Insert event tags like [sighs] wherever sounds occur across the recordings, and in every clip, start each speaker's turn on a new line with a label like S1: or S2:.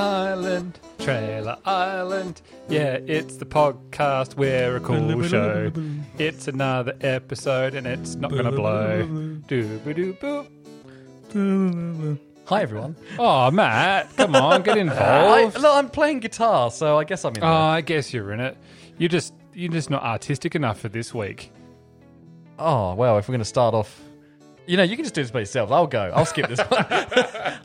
S1: Island, Trailer Island. Yeah, it's the podcast. We're a cool show. It's another episode and it's not going to blow. Doo-ba-doo-boop.
S2: Hi everyone.
S1: Oh, Matt, come on, get
S2: I,
S1: involved.
S2: no, I'm playing guitar, so I guess I'm in.
S1: Oh, I guess you're in it. You're just you're just not artistic enough for this week.
S2: there. Oh well, if we're going to start off, you know, you can just do this by yourself. I'll go. I'll skip this one. [laughs]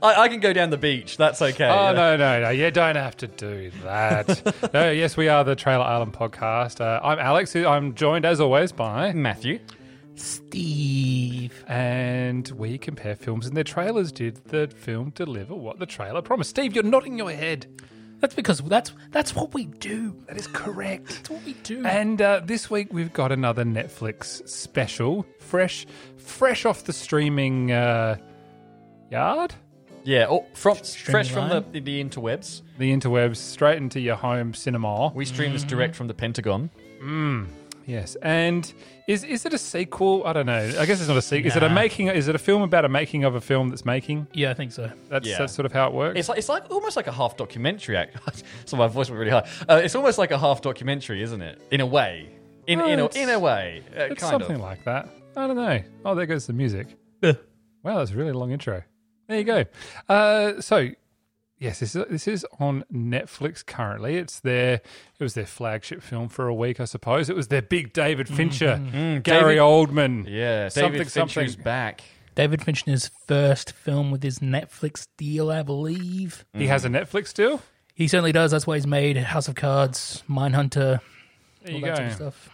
S2: I, I can go down the beach. That's okay.
S1: Oh no no no! You don't have to do that. no, yes, we are the Trailer Island podcast. Uh, I'm Alex. who- I'm joined as always by
S2: Matthew.
S1: Steve. And we compare films and their trailers. Did the film deliver what the trailer promised? Steve, you're nodding your head.
S3: That's because that's that's what we do.
S1: That is correct.
S3: That's what we do.
S1: and uh, this week we've got another Netflix special, fresh, fresh off the streaming uh, yard,
S2: Yeah, oh, from fresh from the,
S3: Streamline.
S2: the, interwebs.
S1: the interwebs, straight into your home cinema.
S2: We stream this direct from the Pentagon.
S1: Yes, and is is it a sequel? I don't know. I guess it's not a sequel. Is it a making? Is it a film about a making of a film that's making?
S3: yeah, I think so.
S1: That's
S2: Yeah.
S1: that's sort of how it works.
S2: It's like it's like almost like a half documentary act. [laughs] so my voice went really high. Uh, it's almost like a half documentary, isn't it? In a way. In
S1: Well,
S2: in, a,
S1: Oh, it's-
S2: in a way. Uh,
S1: It's
S2: kind
S1: something
S2: of.
S1: like that. I don't know. Oh, there goes the music.
S3: Yeah.
S1: Wow, that's a really long intro. There you go. Uh, so, yes, this is, this is on Netflix currently. It's their it was their flagship film for a week, I suppose. It was their big David Fincher, Gary
S2: Mm-hmm. David-
S1: Oldman.
S2: yeah, David Fincher's back.
S3: David Fincher's first film with his Netflix deal, I believe.
S1: He has a Netflix deal.
S3: He certainly does. That's why he's made House of Cards, Mindhunter,
S1: There
S3: all
S1: you
S3: that sort of
S1: go.
S3: stuff.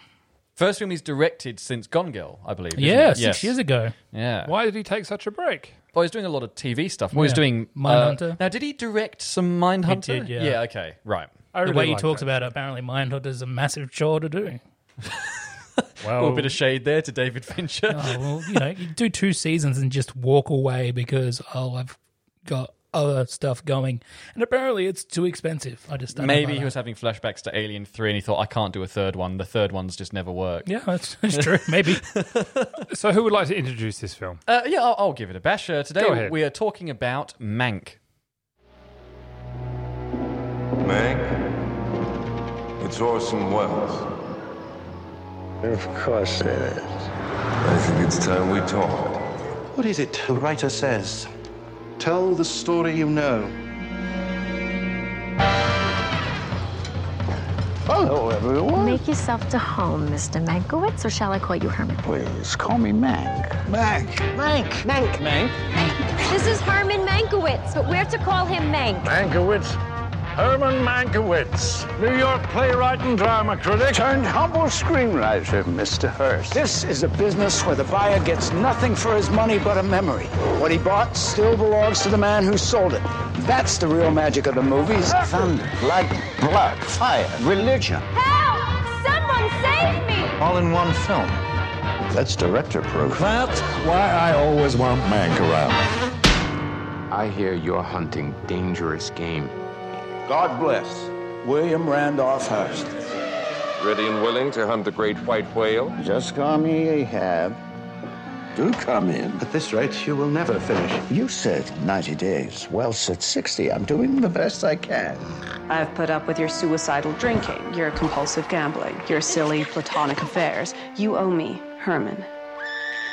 S2: First film he's directed since Gone Girl, I believe. isn't
S3: Yeah,
S2: it?
S3: six years ago.
S2: Yeah.
S1: Why did he take such a break?
S2: Well, he's doing a lot of TV stuff. Well, he's
S3: Yeah.
S2: doing uh,
S3: Mindhunter.
S2: now, did he direct some Mindhunter?
S3: did, yeah.
S2: Yeah. Okay. Right.
S1: I
S3: The
S1: really
S3: way he
S1: like
S3: talks
S1: that.
S3: about it, apparently Mindhunter is a massive chore to do.
S2: A
S1: well,
S2: little bit of shade there to David [laughs] Fincher.
S3: Oh, well, you know, you do two seasons and just walk away because, oh, I've got other stuff going. And apparently it's too expensive. I just don't know
S2: Maybe
S3: about
S2: he
S3: that.
S2: was having flashbacks to Alien Three, and he thought, "I can't do a third one. The third one's just never worked."
S3: Yeah, that's,
S2: [laughs]
S3: that's true. Maybe.
S1: [laughs] so who would like to introduce this film?
S2: Uh, yeah, I'll, I'll give it a bash. Uh, today
S1: Go ahead.
S2: we are talking about Mank.
S4: Mank, it's Orson Welles.
S5: Of course it is.
S4: I think it's time we talked.
S6: What is it the writer says? Tell the story you know.
S5: Hello, everyone.
S7: Make yourself to home, Mr. Mankowitz, or shall I call you Herman?
S5: Please call me Mac. Mac. Mac.
S7: Mank. Mank. This is Herman Mankowitz, but we're to call him Mank.
S5: Mankiewicz. Herman Mankiewicz, New York playwright and drama critic. Turned humble screenwriter, Mr. Hearst. This is a business where the buyer gets nothing for his money but a memory. What he bought still belongs to the man who sold it. That's the real magic of the movies. Thunder, lightning, blood, fire, religion.
S7: Help! Someone save me!
S6: All in one film.
S5: That's director proof. That's why I always want Mank around.
S8: I hear you're hunting dangerous game.
S6: God bless.
S5: William Randolph Hearst.
S4: Ready and willing to hunt the great white whale?
S5: Just call me Ahab. Do come in.
S6: At this rate, you will never finish.
S5: You said 90 days. Well said 60. I'm doing the best I can.
S9: I've put up with your suicidal drinking, your compulsive gambling, your silly platonic affairs. You owe me, Herman.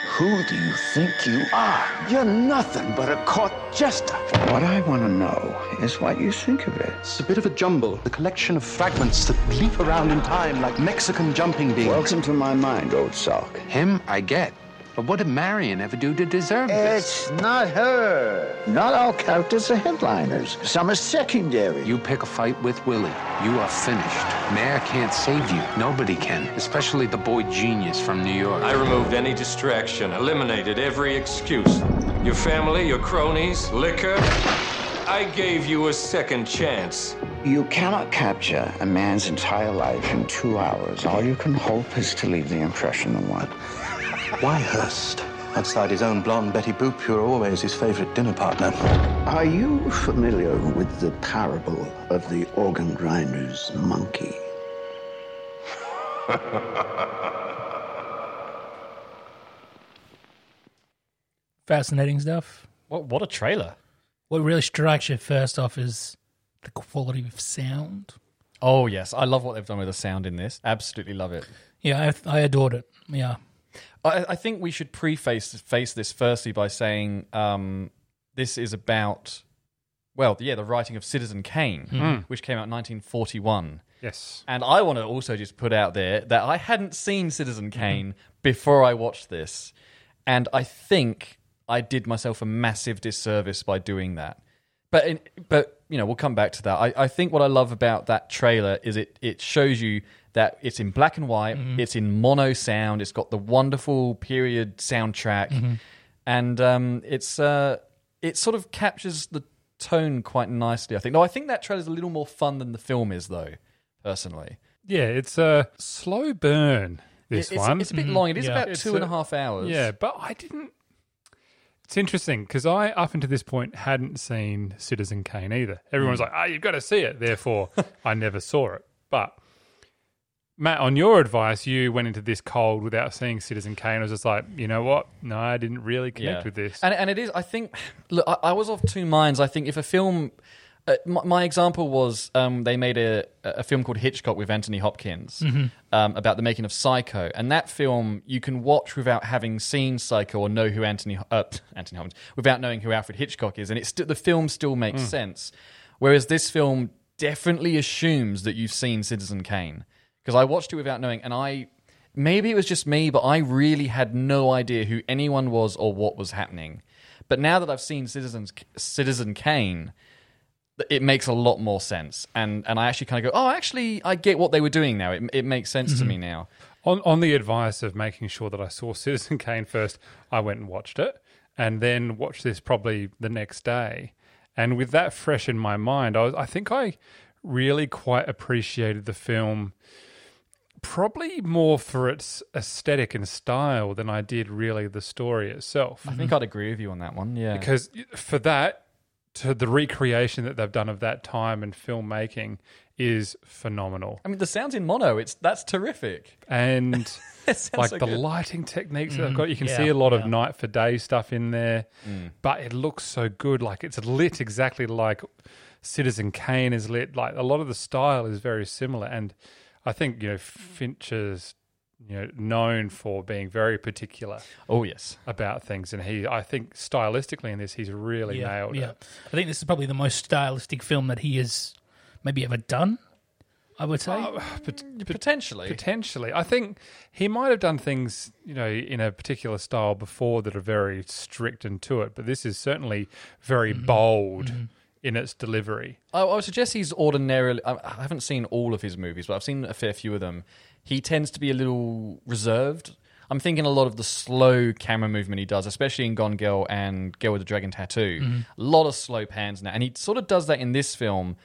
S5: Who do you think you are? You're nothing but a court jester. What I want to know is what you think of it.
S6: It's a bit of a jumble, a collection of fragments that leap around in time like Mexican jumping beans.
S5: Welcome to my mind, old sock.
S8: Him, I get. But what did Marion ever do to deserve this?
S5: It's not her. Not all characters are headliners. Some are secondary.
S8: You pick a fight with Willie, you are finished. Mayor can't save you. Nobody can, especially the boy genius from New York.
S4: I removed any distraction, eliminated every excuse. Your family, your cronies, liquor. I gave you a second chance.
S5: You cannot capture a man's entire life in two hours. All you can hope is to leave the impression of one.
S6: Why Hearst? Outside his own blonde Betty Boop, you're always his favorite dinner partner.
S5: Are you familiar with the parable of the organ grinder's monkey?
S3: Fascinating stuff.
S2: What what a trailer!
S3: What really strikes you first off is the quality of sound.
S2: Oh yes, I love what they've done with the sound in this. Absolutely love it.
S3: Yeah, I, I adored it. Yeah.
S2: I, I think we should preface face this firstly by saying um, this is about, well, yeah, the writing of Citizen Kane, which came out in 1941.
S1: Yes.
S2: And I want to also just put out there that I hadn't seen Citizen Kane before I watched this. And I think I did myself a massive disservice by doing that. But, in, but you know, we'll come back to that. I, I think what I love about that trailer is it, it shows you that it's in black and white, it's in mono sound, it's got the wonderful period soundtrack. And um, it's, uh, it sort of captures the tone quite nicely, I think. No, I think that trailer's a little more fun than the film is, though, personally.
S1: Yeah, it's a slow burn, this
S2: It- it's,
S1: one.
S2: It's a bit long. It is
S3: yeah.
S2: about
S1: It's
S2: two and a
S1: a-
S2: half hours.
S1: Yeah, but I didn't. It's interesting because I, up until this point, hadn't seen Citizen Kane either. Everyone's like, "Ah, you've got to see it." Therefore, I never saw it. But Matt, on your advice, you went into this cold without seeing Citizen Kane. I was just like, you know what? No, I didn't really connect with this.
S2: And, and it is, I think, [sighs] look, I, I was of two minds. I think if a film, uh, my, my example was um, they made a, a film called Hitchcock with Anthony Hopkins um, about the making of Psycho. And that film you can watch without having seen Psycho or know who Anthony, uh, [laughs] Anthony Hopkins, without knowing who Alfred Hitchcock is. And it's st- the film still makes sense. Whereas this film definitely assumes that you've seen Citizen Kane. Because I watched it without knowing, and I maybe it was just me, but I really had no idea who anyone was or what was happening. But now that I've seen Citizens, Citizen Kane, it makes a lot more sense, and and I actually kind of go, oh, actually, I get what they were doing now. It it makes sense to me now.
S1: On on the advice of making sure that I saw [laughs] Citizen Kane first, I went and watched it, and then watched this probably the next day. And with that fresh in my mind, I was I think I really quite appreciated the film probably more for its aesthetic and style than I did really the story itself
S2: I think I'd agree with you on that one. Yeah,
S1: because for that to the recreation that they've done of that time and filmmaking is phenomenal
S2: I mean, the sounds in mono, it's that's [laughs] terrific.
S1: and like the
S2: so good.
S1: lighting techniques
S3: Mm-hmm.
S1: that I've got. You can see a lot of night for day stuff in there,
S2: Mm.
S1: but it looks so good. Like it's lit exactly like Citizen Kane is lit. Like a lot of the style is very similar, and I think you know Fincher's you know known for being very particular
S2: Oh yes,
S1: about things, and he I think stylistically in this he's really
S3: Yeah.
S1: nailed
S3: yeah.
S1: it.
S3: I think this is probably the most stylistic film that he has maybe ever done, I would say.
S1: But-
S2: potentially.
S1: Potentially, I think he might have done things, you know, in a particular style before that are very strict and to it. But this is certainly very
S2: Mm-hmm.
S1: bold in its delivery.
S2: I, I would suggest he's ordinarily. I, I haven't seen all of his movies, but I've seen a fair few of them. He tends to be a little reserved. I'm thinking a lot of the slow camera movement he does, especially in Gone Girl and Girl with the Dragon Tattoo. A lot of slow pans now, and he sort of does that in this film.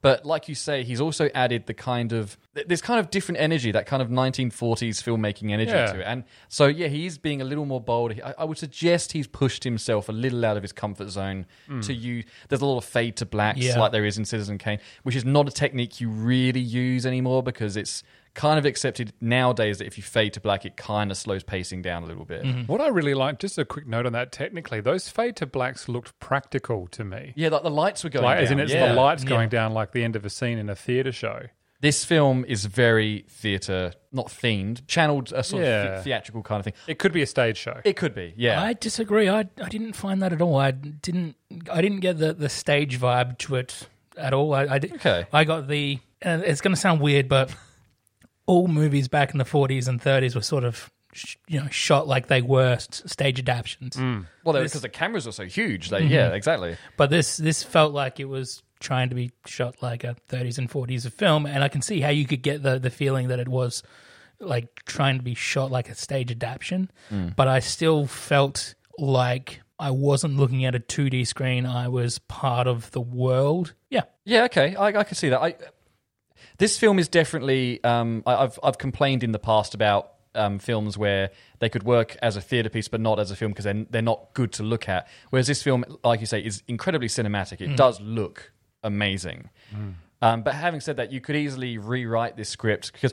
S2: But like you say, he's also added the kind of th- this kind of different energy, that kind of 1940s filmmaking energy
S1: Yeah.
S2: to it. And so yeah, he is being a little more bold. He- I, I would suggest he's pushed himself a little out of his comfort zone to use. There's a lot of fade to black
S3: Yeah.
S2: like there is in Citizen Kane, which is not a technique you really use anymore because it's kind of accepted nowadays that if you fade to black, it kind of slows pacing down a little bit.
S1: What I really like, just a quick note on that. Technically, those fade to blacks looked practical to me.
S2: Yeah, like the lights were going
S1: Like,
S2: down.
S1: as in, it's
S2: yeah.
S1: the lights going down like the end of a scene in a theatre show.
S2: This film is very theatre, not themed, channeled a sort of
S1: Yeah.
S2: the- theatrical kind of thing.
S1: It could be a stage show.
S2: It could be, yeah.
S3: I disagree. I I didn't find that at all. I didn't I didn't get the, the stage vibe to it at all. I, I did,
S2: Okay.
S3: I got the. And it's going to sound weird, but all movies back in the forties and thirties were sort of sh- you know shot like they were s- stage adaptations.
S1: Mm.
S2: well, because the cameras are so huge, they
S1: Mm-hmm.
S2: yeah, exactly.
S3: But this this felt like it was trying to be shot like a thirties and forties film, and I can see how you could get the the feeling that it was like trying to be shot like a stage adaptation.
S2: Mm.
S3: But I still felt like I wasn't looking at a two D screen. I was part of the world. Yeah,
S2: Yeah, okay, I, I can see that. I, this film is definitely. Um, I, I've I've complained in the past about um, films where they could work as a theatre piece but not as a film because they're they're not good to look at. Whereas this film, like you say, is incredibly cinematic. It does look amazing. Um, but having said that, you could easily rewrite this script because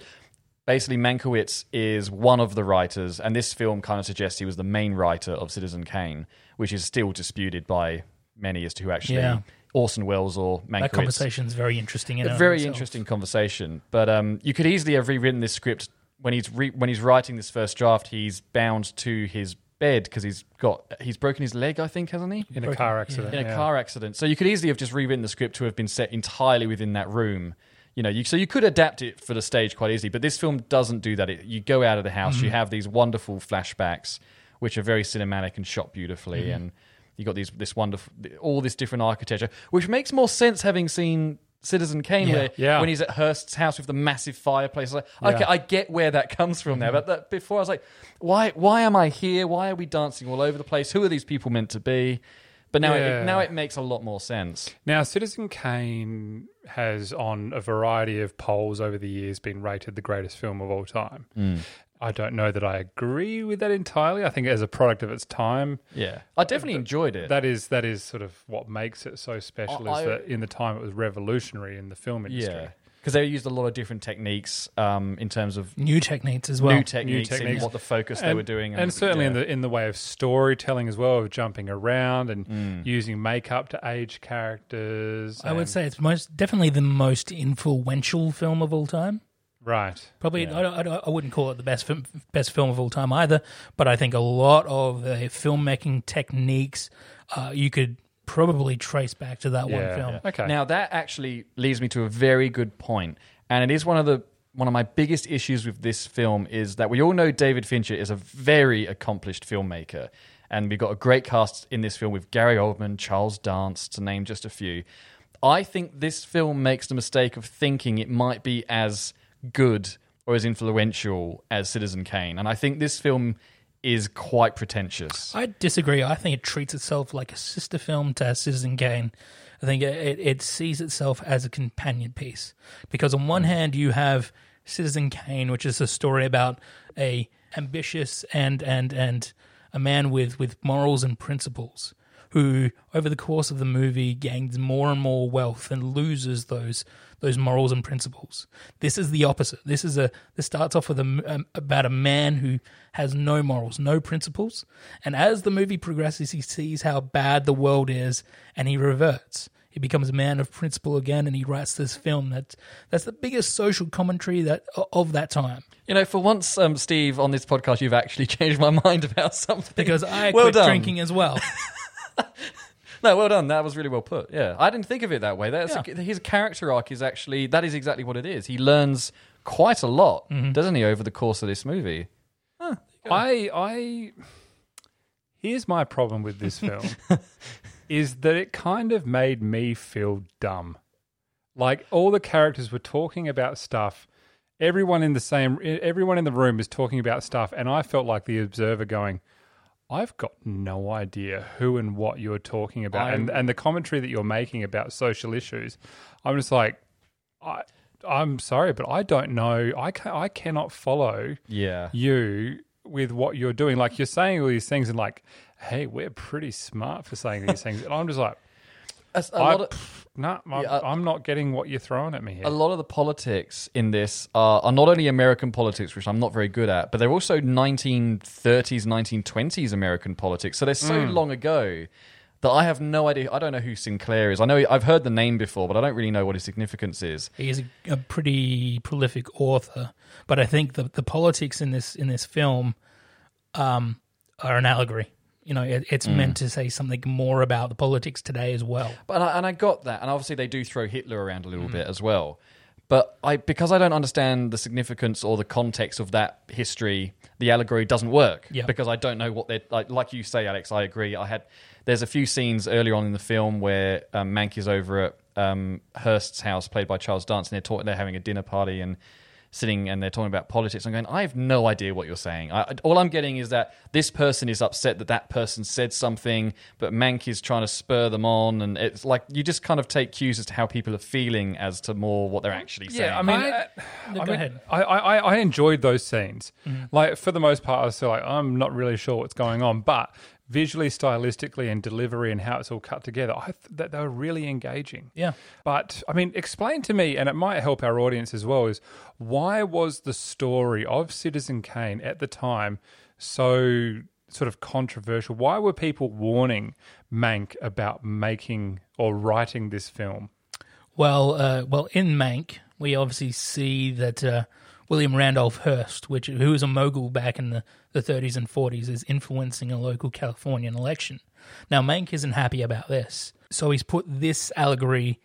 S2: basically Mankiewicz is one of the writers, and this film kind of suggests he was the main writer of Citizen Kane, which is still disputed by many as to who actually
S3: Yeah.
S2: Orson Welles or Mankiewicz.
S3: That conversation's very interesting. In
S2: A
S3: and of
S2: very
S3: itself.
S2: interesting conversation. But um, you could easily have rewritten this script when he's re- when he's writing this first draft. He's bound to his bed because he's got he's broken his leg, I think, hasn't he?
S1: in a car accident.
S2: in a
S1: yeah.
S2: car accident. So you could easily have just rewritten the script to have been set entirely within that room. You know, you, so you could adapt it for the stage quite easily, but this film doesn't do that. It, you go out of the house,
S1: Mm-hmm.
S2: you have these wonderful flashbacks, which are very cinematic and shot beautifully,
S1: Mm-hmm.
S2: and you got these this wonderful, all this different architecture, which makes more sense having seen Citizen Kane, where
S1: Yeah.
S2: when he's at Hearst's house with the massive fireplace, like, okay, I get where that comes from
S1: Mm-hmm.
S2: now. But that, before I was like, why, why am I here? Why are we dancing all over the place? Who are these people meant to be? But now,
S1: Yeah.
S2: it, now it makes a lot more sense.
S1: Now, Citizen Kane has, on a variety of polls over the years, been rated the greatest film of all time.
S2: Mm.
S1: I don't know that I agree with that entirely. I think as a product of its time,
S2: Yeah, I definitely enjoyed it.
S1: that is that is sort of what makes it so special.
S2: I-
S1: is that in the time it was revolutionary in the film industry.
S2: yeah, because they used a lot of different techniques um, in terms of
S3: New techniques as well.
S2: new techniques, and
S1: techniques.
S2: what the focus they were doing,
S1: and certainly in
S2: yeah.
S1: the in the way of storytelling as well, of jumping around and
S2: Mm.
S1: using makeup to age characters.
S3: I would
S1: and-
S3: say it's most definitely the most influential film of all time.
S1: right.
S3: Probably, I, don't- I, don't- I wouldn't call it the best film, best film of all time either, but I think a lot of the filmmaking techniques uh, you could probably trace back to that
S1: Yeah.
S3: one film.
S1: Okay.
S2: Now that actually leads me to a very good point, and it is one of the one of my biggest issues with this film is that we all know David Fincher is a very accomplished filmmaker, and we've got a great cast in this film with Gary Oldman, Charles Dance, to name just a few. I think this film makes the mistake of thinking it might be as good or as influential as Citizen Kane, and I think this film is quite pretentious.
S3: I disagree. I think it treats itself like a sister film to Citizen Kane. I think it, it, it sees itself as a companion piece because on
S1: Mm.
S3: one hand you have Citizen Kane, which is a story about a ambitious and and and a man with with morals and principles who over the course of the movie gains more and more wealth and loses those those morals and principles. This is the opposite. This is a this starts off with a m um, about a man who has no morals, no principles, and as the movie progresses, he sees how bad the world is, and he reverts. He becomes a man of principle again, and he writes this film that's that's the biggest social commentary that of that
S2: [laughs]
S3: time.
S2: You know, for once, um, Steve, on this podcast, you've actually [laughs] changed my mind about something.
S3: Because I
S2: Well
S3: quit
S2: done.
S3: drinking as well.
S2: No, well done. That was really well put. Yeah, I didn't think of it that way. That's
S3: Yeah.
S2: his character arc is actually that is exactly what it is. He learns quite a lot,
S3: Mm-hmm.
S2: doesn't he, over the course of this movie?
S1: I I here's my problem with this film is that it kind of made me feel dumb. Like all the characters were talking about stuff. Everyone in the same e, everyone in the room is talking about stuff and I felt like the observer going I've got no idea who and what you're talking about and, and the commentary that you're making about social issues. I'm just like I I'm sorry but I don't know. I can, I cannot follow
S2: Yeah,
S1: you with what you're doing. Like you're saying all these things and like, hey, we're pretty smart for saying these things. And I'm just like,
S2: a, a
S1: I,
S2: lot of,
S1: pff, nah, I'm,
S2: Yeah, I-
S1: I'm not getting what you're throwing at me here.
S2: a lot of the politics in this are, are not only American politics, which I'm not very good at, but they're also 1930s, 1920s American politics. So they're so long ago that I have no idea. I don't know who Sinclair is. I know I've heard the name before, but I don't really know what his significance is.
S3: He's a, a pretty prolific author, but I think the the politics in this in this film um, are an allegory. You know, it, it's meant to say something more about the politics today as well.
S2: But and I, and I got that, and obviously they do throw Hitler around a little bit as well. But I because I don't understand the significance or the context of that history, the allegory doesn't work
S3: Yeah.
S2: because I don't know what they're like. Like you say, Alex, I agree. I had there's a few scenes earlier on in the film where um, Mank is over at um, Hearst's house, played by Charles Dance, and they're talking. They're having a dinner party and sitting and they're talking about politics. I'm going, I have no idea what you're saying. I, all I'm getting is that this person is upset that that person said something, but Mank is trying to spur them on. And it's like you just kind of take cues as to how people are feeling as to more what they're actually saying.
S1: yeah, I mean,
S3: I-
S1: I,
S3: No,
S1: I
S3: go
S1: mean,
S3: ahead.
S1: I, I, I enjoyed those scenes.
S2: Mm-hmm.
S1: Like for the most part, I was still like, I'm not really sure what's going on, but visually, stylistically, and delivery, and how it's all cut together, I th- that they were really engaging.
S3: Yeah.
S1: But I mean, explain to me, and it might help our audience as well, is why was the story of Citizen Kane at the time so sort of controversial? Why were people warning Mank about making or writing this film?
S3: Well, uh, well, in Mank, we obviously see that uh, William Randolph Hearst, which who was a mogul back in the, the 30s and 40s, is influencing a local Californian election. Now, Mank isn't happy about this, so he's put this allegory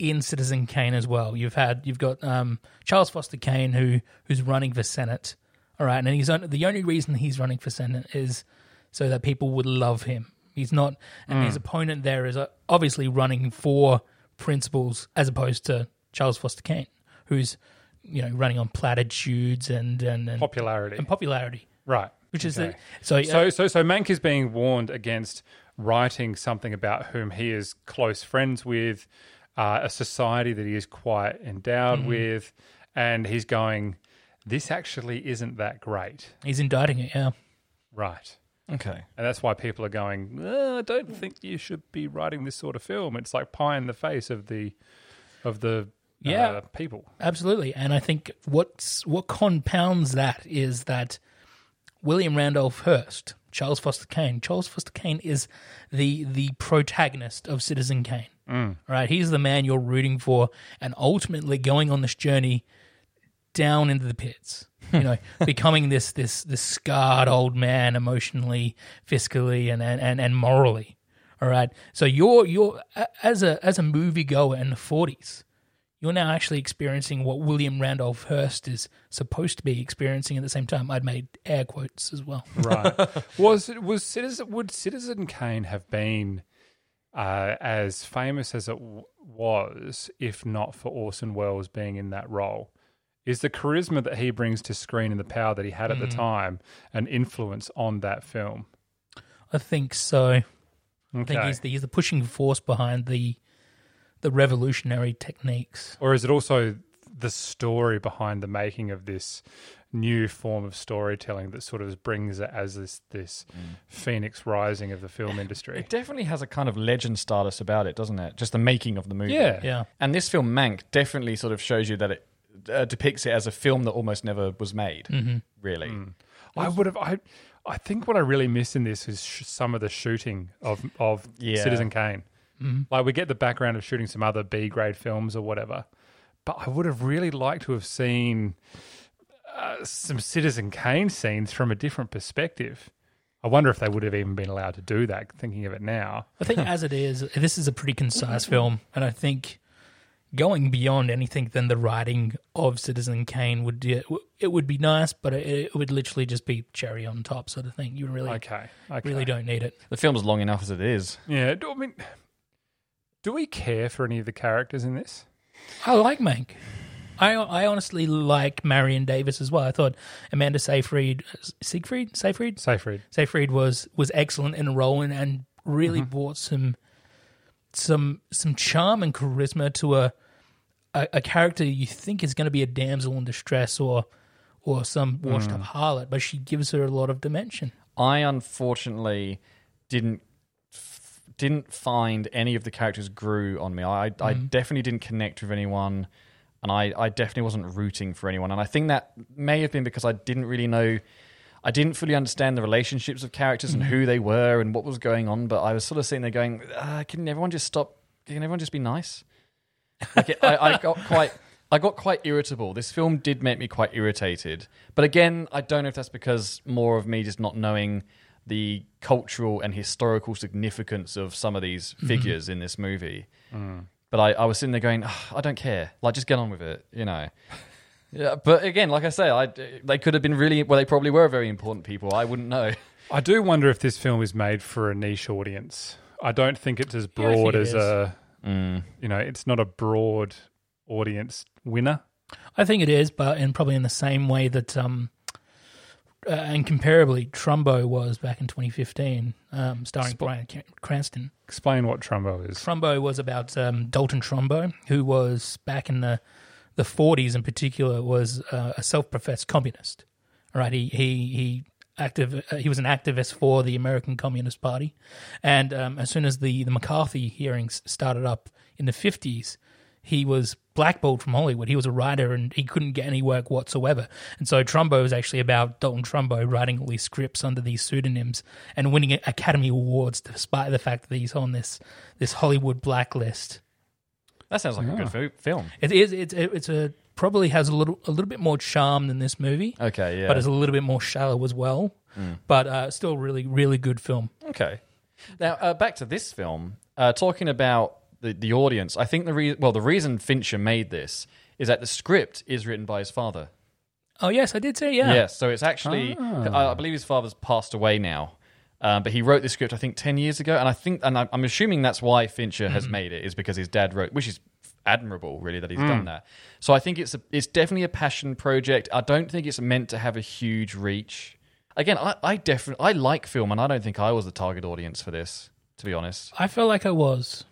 S3: in Citizen Kane as well. You've had you've got um, Charles Foster Kane who who's running for Senate, all right, and he's on, the only reason he's running for Senate is so that people would love him. He's not, and
S1: Hmm.
S3: his opponent there is uh, obviously running for principles as opposed to Charles Foster Kane, who's you know running on platitudes and and, and
S1: Popularity.
S3: and popularity,
S1: right.
S3: which is
S1: Okay.
S3: the, so, uh,
S1: So, so, so Mank is being warned against writing something about whom he is close friends with, uh, a society that he is quite endowed with, and he's going, this actually isn't that great,
S3: he's indicting it. Yeah,
S1: right?
S2: Okay.
S1: And that's why people are going, "Uh, I don't think you should be writing this sort of film. It's like pie in the face of the, of the
S3: Yeah.
S1: uh, people.
S3: absolutely. And I think what's what compounds that is that William Randolph Hearst, Charles Foster Kane, Charles Foster Kane is the the protagonist of Citizen Kane. Right, he's the man you're rooting for, and ultimately going on this journey down into the pits. You know, becoming this this this scarred old man emotionally, fiscally, and and and, and morally. All right. So you're you're a- as a as a moviegoer in the 40s, you're now actually experiencing what William Randolph Hearst is supposed to be experiencing at the same time. I'd made air quotes as well.
S1: Right. was it was citizen would Citizen Kane have been uh, as famous as it w- was if not for Orson Welles being in that role? Is the charisma that he brings to screen and the power that he had at the time an influence on that film?
S3: I think so. I think
S1: Okay.
S3: he's the, he's the pushing force behind the the revolutionary techniques.
S1: Or is it also the story behind the making of this new form of storytelling that sort of brings it as this this phoenix rising of the film industry?
S2: Mm. [laughs] It definitely has a kind of legend status about it, doesn't it? Just the making of the movie.
S1: Yeah.
S3: Yeah.
S2: And this film, Mank, definitely sort of shows you that it uh, depicts it as a film that almost never was made, really.
S1: I would have. I I think what I really miss in this is sh- some of the shooting of of
S2: Yeah. Mm-hmm.
S1: Citizen Kane. Like we get the background of shooting some other B grade films or whatever, but I would have really liked to have seen uh, some Citizen Kane scenes from a different perspective. I wonder if they would have even been allowed to do that. Thinking of it now,
S3: I think as it is, this is a pretty concise film, and I think going beyond anything than the writing of Citizen Kane would do, it would be nice, but it, it would literally just be cherry on top sort of thing. You really,
S1: okay, okay.
S3: really don't need it.
S2: The film's long enough as it is.
S1: Yeah, do- I mean, do we care for any of the characters in this?
S3: I like Mank. I I honestly like Marion Davis as well. I thought Amanda Seyfried, Siegfried, Seyfried,
S1: Seyfried.
S3: Seyfried was was excellent in a role and, and really brought some some some charm and charisma to a a, a character you think is going to be a damsel in distress or or some washed up harlot, but she gives her a lot of dimension.
S2: I unfortunately didn't f- didn't find any of the characters grew on me. I, I definitely didn't connect with anyone, and I, I definitely wasn't rooting for anyone. And I think that may have been because I didn't really know, I didn't fully understand the relationships of characters and who they were and what was going on. But I was sort of sitting there going, uh, "Can everyone just stop? Can everyone just be nice?" Like it, I, I got quite. I got quite irritable. This film did make me quite irritated. But again, I don't know if that's because more of me just not knowing the cultural and historical significance of some of these figures in this movie. But I, I was sitting there going, "Ugh, I don't care. Like, just get on with it, you know. Yeah, but again, like I say, I, they could have been really, well, they probably were very important people. I wouldn't know.
S1: I do wonder if this film is made for a niche audience. I don't think it's as
S3: I think
S1: broad
S3: it
S1: as
S3: is.
S1: a, you know, it's not a broad audience winner.
S3: I think it is, but in probably in the same way that um uh, and comparably Trumbo was back in 2015, um, starring Brian Ca- Cranston.
S1: Explain what Trumbo is.
S3: Trumbo was about um, Dalton Trumbo, who was back in the the 40s in particular was uh, a self-professed communist. All right, he he he active uh, he was an activist for the American Communist Party, and um, as soon as the the McCarthy hearings started up in the 50s, he was blackballed from Hollywood. He was a writer and he couldn't get any work whatsoever. And so Trumbo is actually about Dalton Trumbo writing all these scripts under these pseudonyms and winning Academy Awards despite the fact that he's on this this Hollywood blacklist.
S2: That sounds like a good fi- film.
S3: It is it's it's a probably has a little a little bit more charm than this movie.
S2: Okay, yeah. Hmm.
S3: But it's a little bit more shallow as well. But uh, still really really good film.
S2: Okay. Now uh, back to this film. Uh, talking about the, the audience, I think the re- well the reason Fincher made this is that the script is written by his father.
S3: Oh yes, I did say yeah.
S2: Yes, so it's actually I, I believe his father's passed away now, um, but he wrote the script I think ten years ago, and I think and I'm, I'm assuming that's why Fincher has made it is because his dad wrote, which is admirable really that he's done that. So I think it's a, it's definitely a passion project. I don't think it's meant to have a huge reach. Again, I, I definitely I like film, and I don't think I was the target audience for this. To be honest,
S3: I felt like I was.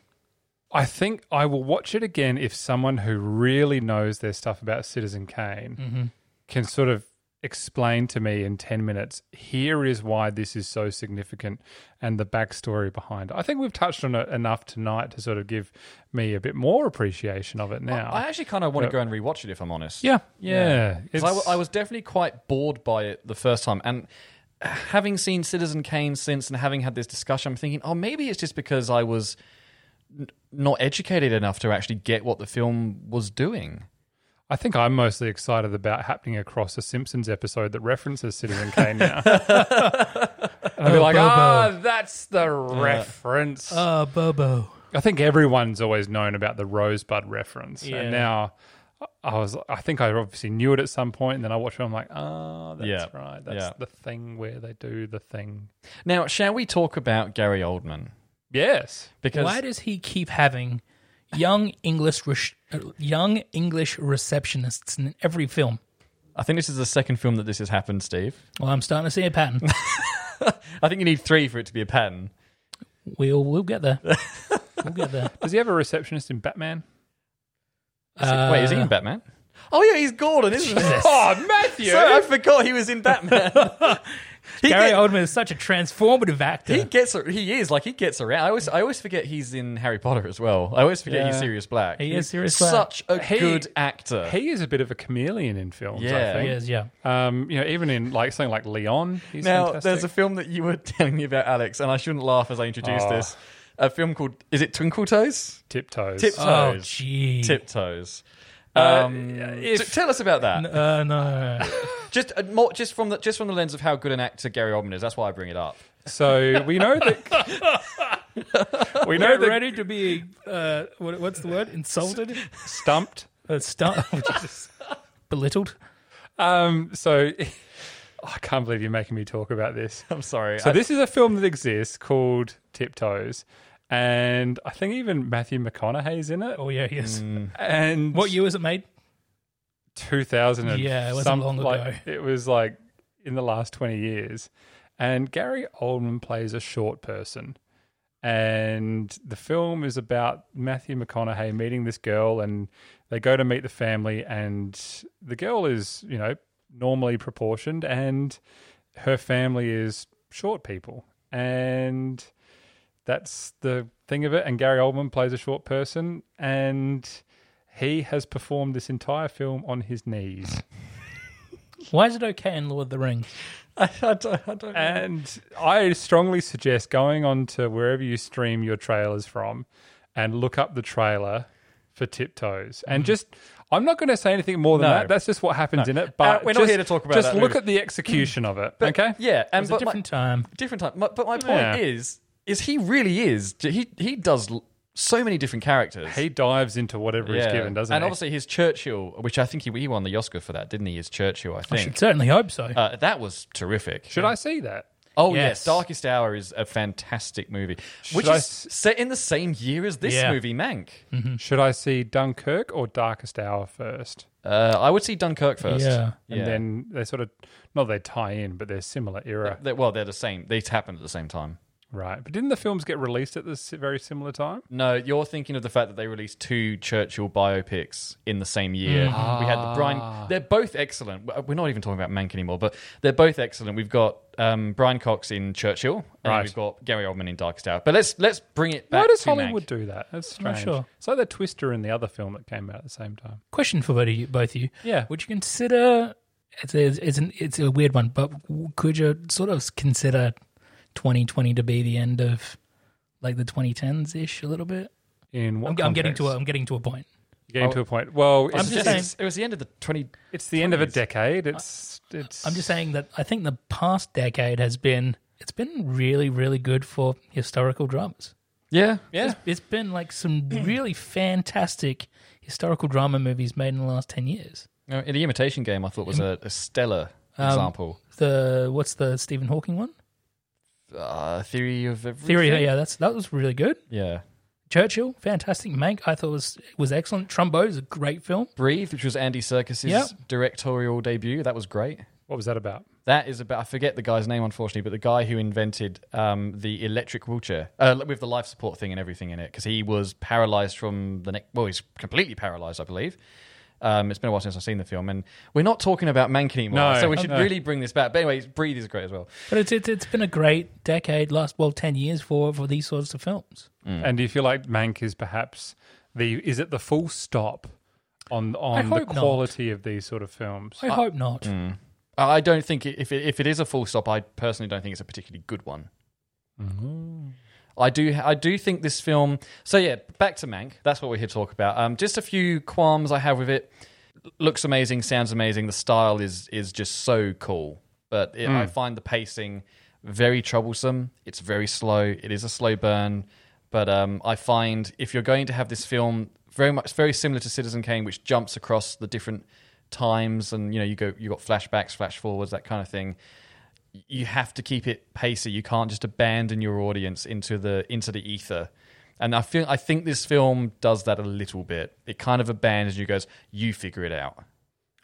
S1: I think I will watch it again if someone who really knows their stuff about Citizen Kane
S2: Mm-hmm.
S1: can sort of explain to me in 10 minutes here is why this is so significant and the backstory behind it. I think we've touched on it enough tonight to sort of give me a bit more appreciation of it now.
S2: I actually kind of want to go and rewatch it if I'm honest.
S1: yeah, yeah.
S2: Because I, w- I was definitely quite bored by it the first time. And uh, having seen Citizen Kane since and having had this discussion, I'm thinking, oh, maybe it's just because I was n- not educated enough to actually get what the film was doing.
S1: I think I'm mostly excited about happening across a Simpsons episode that references Citizen
S2: [laughs]
S1: Kane now. I'd be like,
S3: Oh, Bobo.
S1: ah, that's the reference.
S3: Uh Bobo.
S1: I think everyone's always known about the Rosebud reference,
S3: Yeah.
S1: and now I was. I think I obviously knew it at some point, and then I watched it. I'm like, ah, that's
S2: Yeah.
S1: right. That's
S2: Yeah.
S1: the thing where they do the thing.
S2: Now, shall we talk about Gary Oldman?
S1: Yes,
S2: Because
S3: Why does he keep having young English res- uh, young English receptionists in every film?
S2: I think this is the second film that this has happened, Steve.
S3: Well, I'm starting to see a pattern.
S2: [laughs] I think you need three for it to be a pattern.
S3: we'll we'll get there. We'll get there.
S1: does he have a receptionist in Batman?
S2: Is he- [laughs] Wait, is
S3: Uh,
S2: he in Batman? Oh yeah, he's Gordon, isn't he?
S3: Jesus.
S2: Oh, Matthew! Sorry, I forgot he was in [laughs] Batman. he,
S3: Gary
S2: get-
S3: Oldman is such a transformative actor.
S2: he gets, he is like he gets around. I always, I always forget he's in Harry Potter as well. I always forget he's
S1: Yeah.
S2: Sirius Black.
S3: He is Sirius Black.
S2: such a
S1: He-
S2: good actor.
S1: He is a bit of a chameleon in films.
S2: Yeah.
S1: I think.
S3: He is, yeah.
S1: Um, you know, even in like something like Leon. He's
S2: now,
S1: fantastic.
S2: there's a film that you were [laughs] telling me about, Alex, and I shouldn't laugh as I introduce
S1: Oh.
S3: Ah.
S2: this. A film called is it Twinkle Toes?
S1: tiptoes. Uh,
S3: oh,
S2: Tiptoes.
S3: gee.
S2: Tiptoes. Um, t- tell us about that.
S3: Uh, no.
S2: Just uh, more, just from the just from the lens of how good an actor Gary Oldman is. That's why I bring it up. [laughs]
S1: So we know that we know that
S3: ready to be [laughs] uh, what, what's the [laughs] word? Insulted?
S1: stumped.
S3: uh, star- [laughs] oh, Jesus. Belittled?
S1: Um, so [laughs] I can't believe you're making me talk about this.
S2: I'm sorry.
S1: So
S2: I-
S1: this is a film that exists called Tiptoes, and I think even Matthew McConaughey's in it.
S3: Oh yeah, he is.
S2: Mm.
S1: And
S3: What year was it made?
S1: 2000? and
S3: Yeah, it wasn't
S1: some-
S3: long
S1: like,
S3: ago.
S1: It was like in the last 20 years. And Gary Oldman plays a short person. And the film is about Matthew McConaughey meeting this girl, and they go to meet the family. And the girl is, you know, normally proportioned, and her family is short people. And that's the thing of it. And Gary Oldman plays a short person, and he has performed this entire film on his
S2: [laughs]
S1: knees.
S3: Why is it okay in Lord of the Rings?
S2: I, I don't, I don't
S1: and I strongly suggest going on to wherever you stream your trailers from and look up the trailer for Tiptoes. And just, I'm not going to say anything more than
S2: Mm-hmm. No.
S1: that. That's just what happens in it.
S2: Uh,
S1: But
S2: we're not
S1: just-
S2: here to talk about
S1: Just
S2: that
S1: look
S2: movie.
S1: at the execution of it.
S2: But-
S1: okay.
S2: Yeah, and
S3: It's a
S2: but
S3: different
S2: my,
S3: time.
S2: different time. My, but my point
S1: Yeah.
S2: is, is he really is? He he does l- so many different characters.
S1: He dives into whatever he's
S2: Yeah.
S1: given, doesn't
S2: and
S1: he?
S2: obviously his Churchill, which I think he, he won the Oscar for that, didn't he? His Churchill,
S1: Oh,
S2: I
S3: Should
S2: think.
S3: certainly hope so.
S2: uh, that was terrific.
S1: Should I see that?
S2: Oh yes.
S3: Yes.
S2: Darkest Hour is a fantastic movie, which
S1: I
S2: is
S1: s- Hmm.
S2: set in the same year as this
S3: Yeah.
S2: movie, Mank.
S1: Should I see Dunkirk or Darkest Hour first?
S2: Uh, I would see Dunkirk first.
S3: Yeah.
S1: And then they sort of, not they tie in, but they're similar era.
S2: They- well, they're the same. They happened at the same time.
S1: Right. But didn't the films get released at this very similar time?
S2: No, you're thinking of the fact that they released two Churchill biopics in the same year.
S3: Mm.
S2: We had the
S3: Ah.
S2: Brian. They're both excellent. uh, We're not even talking about Mank anymore, but they're both excellent. We've got um, Brian Cox in Churchill, and
S1: Right.
S2: we've got Gary Oldman in Darkest Hour. But let's let's bring it back.
S1: Why does
S2: to
S1: Hollywood
S2: Mank.
S1: do that? That's
S3: not
S1: strange.
S3: sure.
S1: It's like the Twister and the other film that came out at the same time.
S3: Question for both of you. Both of you.
S1: Yeah.
S3: Would you consider? It's a, it's, an, it's a weird one, but could you sort of consider 2020 to be the end of like the 2010s ish a little bit?
S1: In what
S3: I'm, I'm getting to a, Oh.
S1: context?
S3: I'm getting to a point.
S1: You're getting to a point. Well,
S2: It's
S1: it's,
S3: just
S2: just-
S3: saying-
S2: it's- it was the end of the twenty.
S1: it's the end of a decade. It's it's.
S3: I'm just saying that I think the past decade has been it's been really really good for historical dramas.
S2: Yeah, yeah.
S3: It's been like some really fantastic historical drama movies made in the last 10 years.
S2: No, in the Imitation Game, I thought was a, a stellar
S3: Um,
S2: example.
S3: The what's the Stephen Hawking one?
S2: Uh, theory of everything.
S3: Theory, yeah, that's that was really good.
S2: yeah.
S3: Churchill, fantastic. Mank, I thought was was excellent. Trumbo is a great film.
S2: Breathe, which was Andy Serkis's
S3: Yep.
S2: directorial debut. That was great.
S1: what was that about?
S2: That is about I forget the guy's name unfortunately, but the guy who invented um, the electric wheelchair uh, with the life support thing and everything in it because he was paralyzed from the neck. Well, he's completely paralyzed, I believe. Um, it's been a while since I've seen the film, and we're not talking about Mank anymore,
S1: No, Oh,
S2: so we should
S1: no.
S2: really bring this back. But anyway, Breathe is great as well.
S3: But it's it's, it's been a great decade, last well 10 years for for these sorts of films.
S1: And do you feel like Mank is perhaps the is it the full stop on
S3: I
S1: on the
S3: hope not.
S1: quality of these sort of films?
S3: I, hope not.
S2: Mm. I I don't think it, if it, if it is a full stop, I personally don't think it's a particularly good one.
S1: Mm-hmm.
S2: I do I do think this film. So yeah, back to Mank. That's what we're here to talk about. Um, just a few qualms I have with it. Looks amazing, sounds amazing. The style is is just so cool, but it, I find the pacing very troublesome. It's very slow. It is a slow burn, but um, I find if you're going to have this film very much very similar to Citizen Kane, which jumps across the different times and you know you go you got flashbacks, flash forwards, that kind of thing you have to keep it pacey. You can't just abandon your audience into the into the ether. And I feel I think this film does that a little bit. It kind of abandons you. Goes, you figure it out.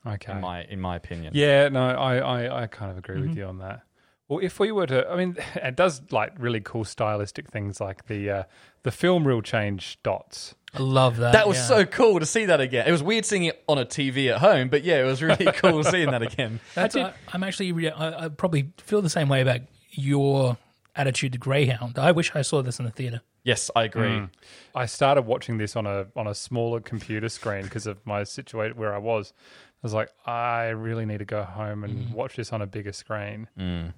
S1: okay.
S2: In my in my opinion,
S1: Yeah, no, I, I, I kind of agree with
S3: Mm-hmm.
S1: you on that. Well, if we were to, I mean, [laughs] it does like really cool stylistic things like the uh, the film reel change dots.
S3: I love that.
S2: that was
S3: yeah.
S2: so cool to see that again. It was weird seeing it on a TV at home, but yeah, it
S1: [laughs]
S2: was really cool seeing that again.
S3: That's I I'm actually. Re- I, I probably feel the same way about your attitude to Greyhound. I wish I saw this in the theater.
S2: Yes, I agree.
S1: Mm. I started watching this on a on a smaller computer screen because of my situation where I was. I was like, I really need to go home and
S2: Mm.
S1: watch this on a bigger screen,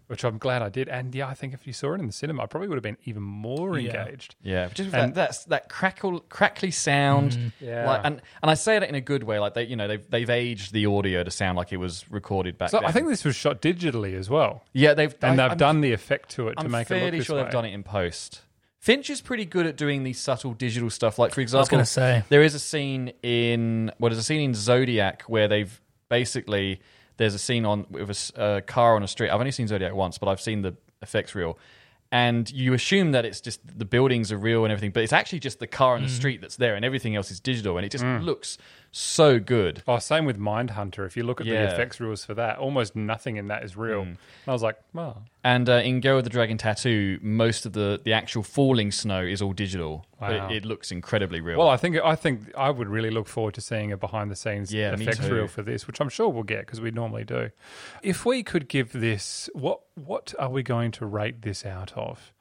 S1: which I'm glad I did. And yeah, I think if you saw it in the cinema, I probably would have been even more
S3: Yeah.
S1: engaged.
S2: Yeah, but just
S1: And- Mm.
S2: that that's, that crackle crackly sound.
S1: Yeah.
S2: like, and and I say that in a good way. Like they, you know, they've they've aged the audio to sound like it was recorded back.
S1: So
S2: then.
S1: I think this was shot digitally as well,
S2: yeah, they've
S1: and
S2: I-
S1: they've
S2: I'm-
S1: done the effect to it to
S2: I'm
S1: make it
S2: fairly
S1: look this
S2: sure
S1: way.
S2: they've done it in post. Finch is pretty good at doing these subtle digital stuff. Like for
S3: I was
S2: example,
S3: going to say
S2: there is a scene in well, there's a scene in Zodiac where they've basically there's a scene on with a s- a car on a street. I've only seen Zodiac once, but I've seen the effects reel, and you assume that it's just the buildings are real and everything, but it's actually just the car
S1: Mm.
S2: on the street that's there, and everything else is digital, and it just looks so good.
S1: Oh, same with Mindhunter. If you look at
S2: Yeah. Mm.
S1: the effects rules for that, almost nothing in that is real. And I was like, wow.
S2: And uh, in Go with the Dragon Tattoo, most of the the actual falling snow is all digital. but
S1: Wow.
S2: It, it looks incredibly real.
S1: Well, I think I think I would really look forward to seeing a behind the scenes
S2: Yeah, me
S1: effects
S2: too.
S1: reel for this, which I'm sure we'll get because we normally do. If we could give this, what what are we going to rate this out of?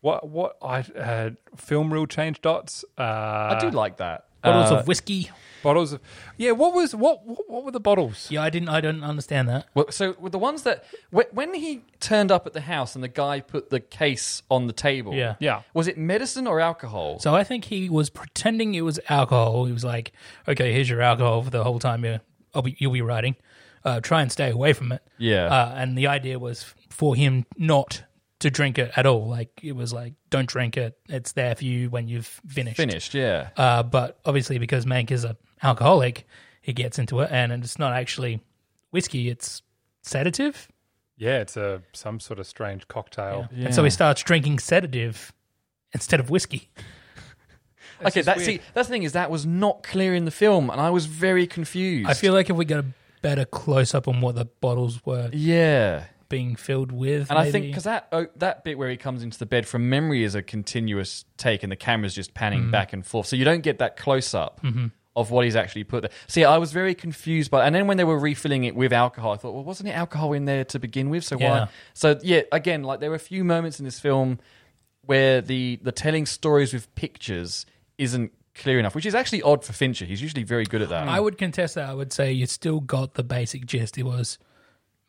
S1: What what I uh, film reel change dots? Uh,
S2: I do like that.
S3: bottles
S2: Uh,
S3: of whiskey.
S1: bottles of yeah. What was what what, what were the bottles?
S3: Yeah, I didn't. I don't understand that.
S2: well, so with the ones that wh- when he turned up at the house and the guy put the case on the table.
S3: Yeah.
S1: Yeah.
S2: Was it medicine or alcohol?
S3: So I think he was pretending it was alcohol. He was like, "Okay, here's your alcohol for the whole time you I'll be, you'll be riding. Uh, try and stay away from it."
S2: Yeah.
S3: Uh, and the idea was for him not to drink it at all. Like it was like, "Don't drink it. It's there for you when you've finished."
S2: Finished. Yeah.
S3: Uh, but obviously, because Mank is an alcoholic, he gets into it, and it's not actually whiskey; it's sedative.
S1: Yeah, it's a some sort of strange cocktail.
S3: And so he starts drinking sedative instead of whiskey.
S2: okay. That see that's the thing is that was not clear in the film, and I was very confused.
S3: I feel like if we got a better close up on what the bottles were,
S2: Yeah.
S3: being filled with.
S2: And I think
S3: maybe.
S2: because that oh, that bit where he comes into the bed from memory is a continuous take, and the camera's just panning
S3: Mm.
S2: back and forth, so you don't get that close up
S3: Mm-hmm.
S2: of what he's actually put there. See, I was very confused by, and then when they were refilling it with alcohol, I thought, well, wasn't it alcohol in there to begin with? So
S3: Yeah.
S2: why? So yeah, again, like there were a few moments in this film where the the telling stories with pictures isn't clear enough, which is actually odd for Fincher. He's usually very good at that.
S3: I would contest that. I would say you still got the basic gist. It was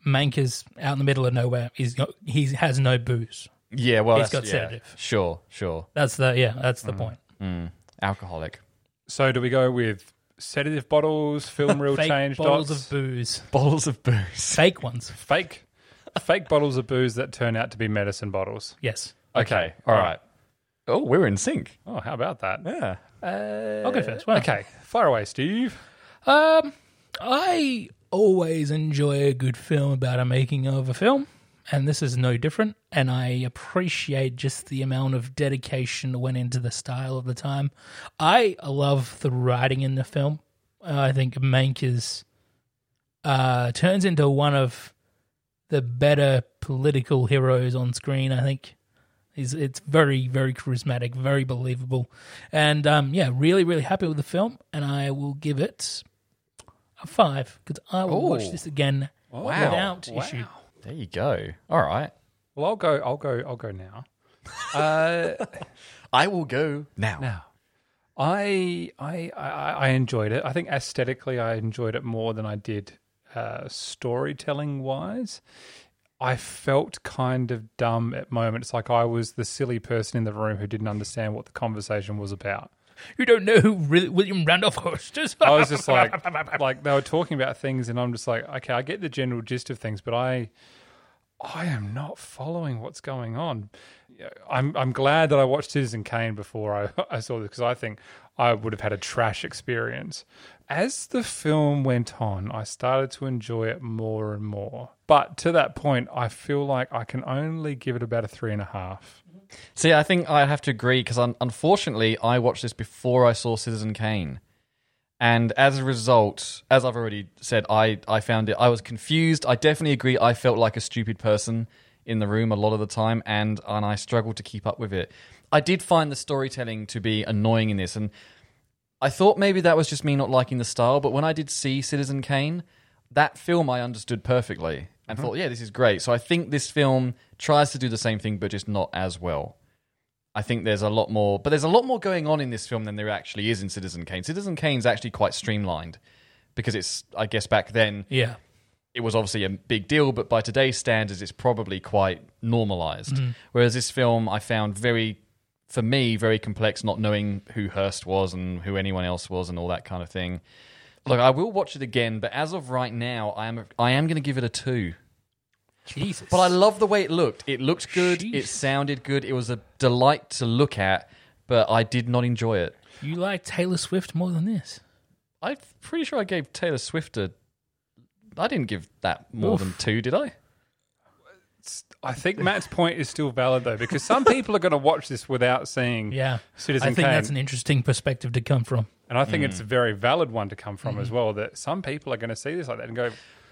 S3: Manker's out in the middle of nowhere. He's got, he has no booze.
S2: yeah, well,
S3: He's
S2: that's-
S3: got
S2: yeah.
S3: sedative.
S2: Sure, sure,
S3: That's the yeah. That's the point.
S2: alcoholic.
S1: So do we go with sedative bottles, film reel
S3: [laughs] Fake
S1: change
S3: bottles
S1: dots,
S3: of booze.
S2: Bottles of booze.
S3: Fake ones.
S1: fake fake bottles of booze that turn out to be medicine bottles?
S3: Yes.
S2: Okay. All right. Oh, we're in sync.
S1: Oh, how about that?
S2: Yeah.
S3: I'll go first. Wow.
S1: Okay, fire away, Steve.
S3: Um, I always enjoy a good film about a making of a film, and this is no different. And I appreciate just the amount of dedication that went into the style of the time. I love the writing in the film. Uh, I think Manker's uh, turns into one of the better political heroes on screen. I think. He's, it's very, very charismatic, very believable. And um, yeah, really, really happy with the film. And I will give it a five because I will
S2: Oh.
S3: watch this again without issue.
S2: There you go. All right.
S1: Well, I'll go. I'll go. I'll go now.
S2: I will go now.
S1: Now, I I I, I enjoyed it. I think aesthetically, I enjoyed it more than I did uh, storytelling wise. I felt kind of dumb at moments, like I was the silly person in the room who didn't understand what the conversation was about.
S3: You don't know who really William Randolph [laughs] Hearst is?
S2: Oh.
S1: I was just like, like they were talking about things, and I'm just like, okay, I get the general gist of things, but I, I am not following what's going on. Yeah, I'm I'm glad that I watched Citizen Kane before I, [laughs] I saw this because I think I would have had a trash experience. As the film went on, I started to enjoy it more and more. But to that point, I feel like I can only give it about a three and a half.
S2: See, I think I have to agree because un- unfortunately, I watched this before I saw Citizen Kane. And as a result, as I've already said, I, I found it, I was confused. I definitely agree. I felt like a stupid person in the room a lot of the time, and, and I struggled to keep up with it. I did find the storytelling to be annoying in this, and I thought maybe that was just me not liking the style, but when I did see Citizen Kane, that film I understood perfectly and thought, yeah, this is great. So I think this film tries to do the same thing, but just not as well. I think there's a lot more, but there's a lot more going on in this film than there actually is in Citizen Kane. Citizen Kane's actually quite streamlined because it's, I guess, back then
S3: yeah,
S2: it was obviously a big deal, but by today's standards, it's probably quite normalized. Whereas this film, I found very, for me, very complex, not knowing who Hearst was and who anyone else was and all that kind of thing. Look, I will watch it again, but as of right now, I am I am going to give it a two.
S3: Jesus.
S2: But I love the way it looked. It looked good. It
S3: Jeez.
S2: sounded good. It was a delight to look at, but I did not enjoy it.
S3: you like Taylor Swift more than this.
S2: I'm pretty sure I gave Taylor Swift a. I didn't give that more
S3: Oof.
S2: than two, did I?
S1: I think Matt's point is still valid though, because
S3: [laughs]
S1: some people are going to watch this without seeing
S3: Yeah,
S1: Citizen
S3: I think
S1: Kane.
S3: that's an interesting perspective to come from.
S1: And I think it's a
S2: Mm.
S1: very valid one to come from as
S2: Mm-hmm.
S1: well. That some people are going to see this like that and go,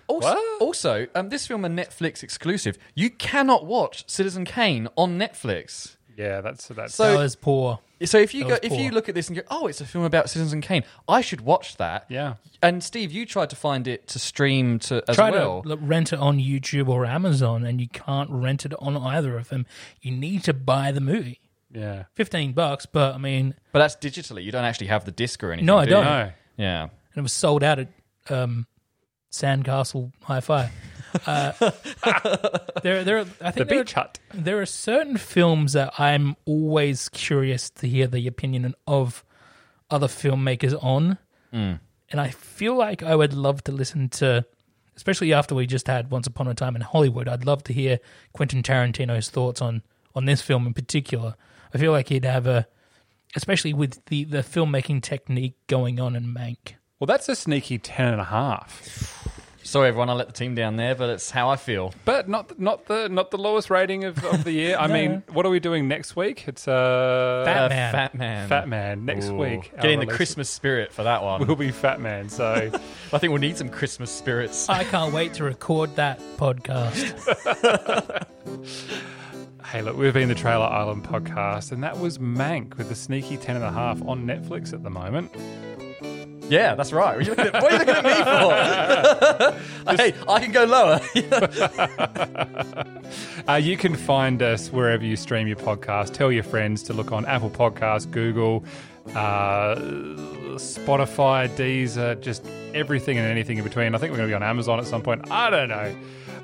S2: Also,
S1: What?
S2: also um, this film a Netflix exclusive. You cannot watch Citizen Kane on Netflix.
S1: "Yeah, that's that's."
S2: So-
S3: that was poor.
S2: So if you
S3: That
S2: go,
S3: was
S2: if
S3: poor.
S2: you look at this and go, oh, it's a film about Citizen Kane. I should watch that.
S1: Yeah.
S2: And Steve, you tried to find it to stream to as
S3: Try
S2: well.
S3: to l- rent it on YouTube or Amazon, and you can't rent it on either of them. You need to buy the movie.
S1: yeah,
S3: Fifteen bucks, but I mean,
S2: but that's digitally. You don't actually have the disc or anything.
S3: No, I
S2: do you?
S3: don't.
S1: no,
S2: Yeah.
S3: and it was sold out at um, Sandcastle Hi-Fi. [laughs] Uh, there, there. Are, I
S1: the
S3: think there are,
S1: beach hut.
S3: there are certain films that I'm always curious to hear the opinion of other filmmakers on, and I feel like I would love to listen to, especially after we just had Once Upon a Time in Hollywood. I'd love to hear Quentin Tarantino's thoughts on on this film in particular. I feel like he'd have a, especially with the the filmmaking technique going on in Mank.
S1: Well, that's a sneaky ten and a half.
S2: Sorry, everyone, I let the team down there, but it's how I feel.
S1: But not not the not the lowest rating of, of the
S2: [laughs]
S1: year. I mean, what are we doing next week? It's uh,
S3: Fat
S2: Uh,
S3: Man.
S2: Fat man.
S1: Fat Man next
S2: Ooh.
S1: week. our
S2: Getting the
S1: release
S2: Christmas spirit for that
S1: [laughs]
S2: one.
S1: will be Fat Man. So [laughs]
S2: I think we'll need some Christmas spirits.
S3: I can't wait to record that podcast.
S1: hey, look, we've been the Trailer Island podcast, and that was Mank with a sneaky ten and a half on Netflix at the moment.
S2: Yeah, that's right. What are you looking at, what are you looking at me for? hey, I can go lower.
S1: Uh, you can find us wherever you stream your podcast. Tell your friends to look on Apple Podcasts, Google, uh, Spotify, Deezer, just everything and anything in between. I think we're going to be on Amazon at some point. I don't know.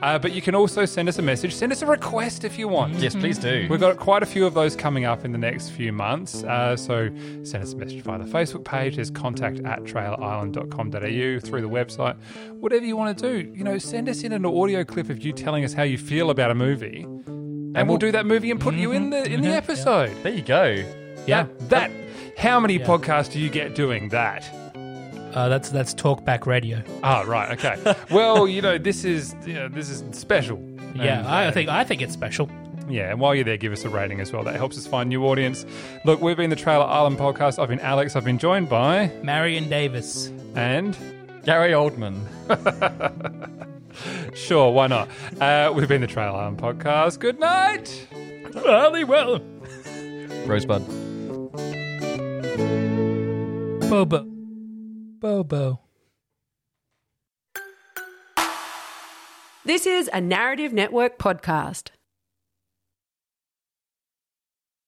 S1: Uh, but you can also send us a message. Send us a request if you want.
S2: yes, please do.
S1: We've got quite a few of those coming up in the next few months. Uh, so send us a message via the Facebook page. There's contact at trailerisland.com.au through the website. Whatever you want to do, you know, send us in an audio clip of you telling us how you feel about a movie. And, we'll,
S2: we'll-
S1: do that movie and put you in the in the episode.
S2: There you go.
S3: Mm-hmm. Yeah.
S1: That, how many podcasts do you get doing that?
S3: Uh, that's that's Talkback Radio.
S1: Ah, right,
S3: [laughs]
S1: okay. well, you know, this is you know, this is special.
S3: Yeah,
S1: And,
S3: I
S1: uh,
S3: think I think it's special.
S1: Yeah, and while you're there, give us a rating as well. That helps us find new audience. Look, we've been the Trailer Island podcast. I've been Alex. I've been joined by
S3: Marion Davis.
S1: and
S2: Gary Oldman.
S1: sure, why not? Uh, we've been the Trailer Island podcast. Good night.
S3: Early well.
S2: Rosebud.
S3: Bobo. Bobo.
S10: This is a Narrative Network podcast.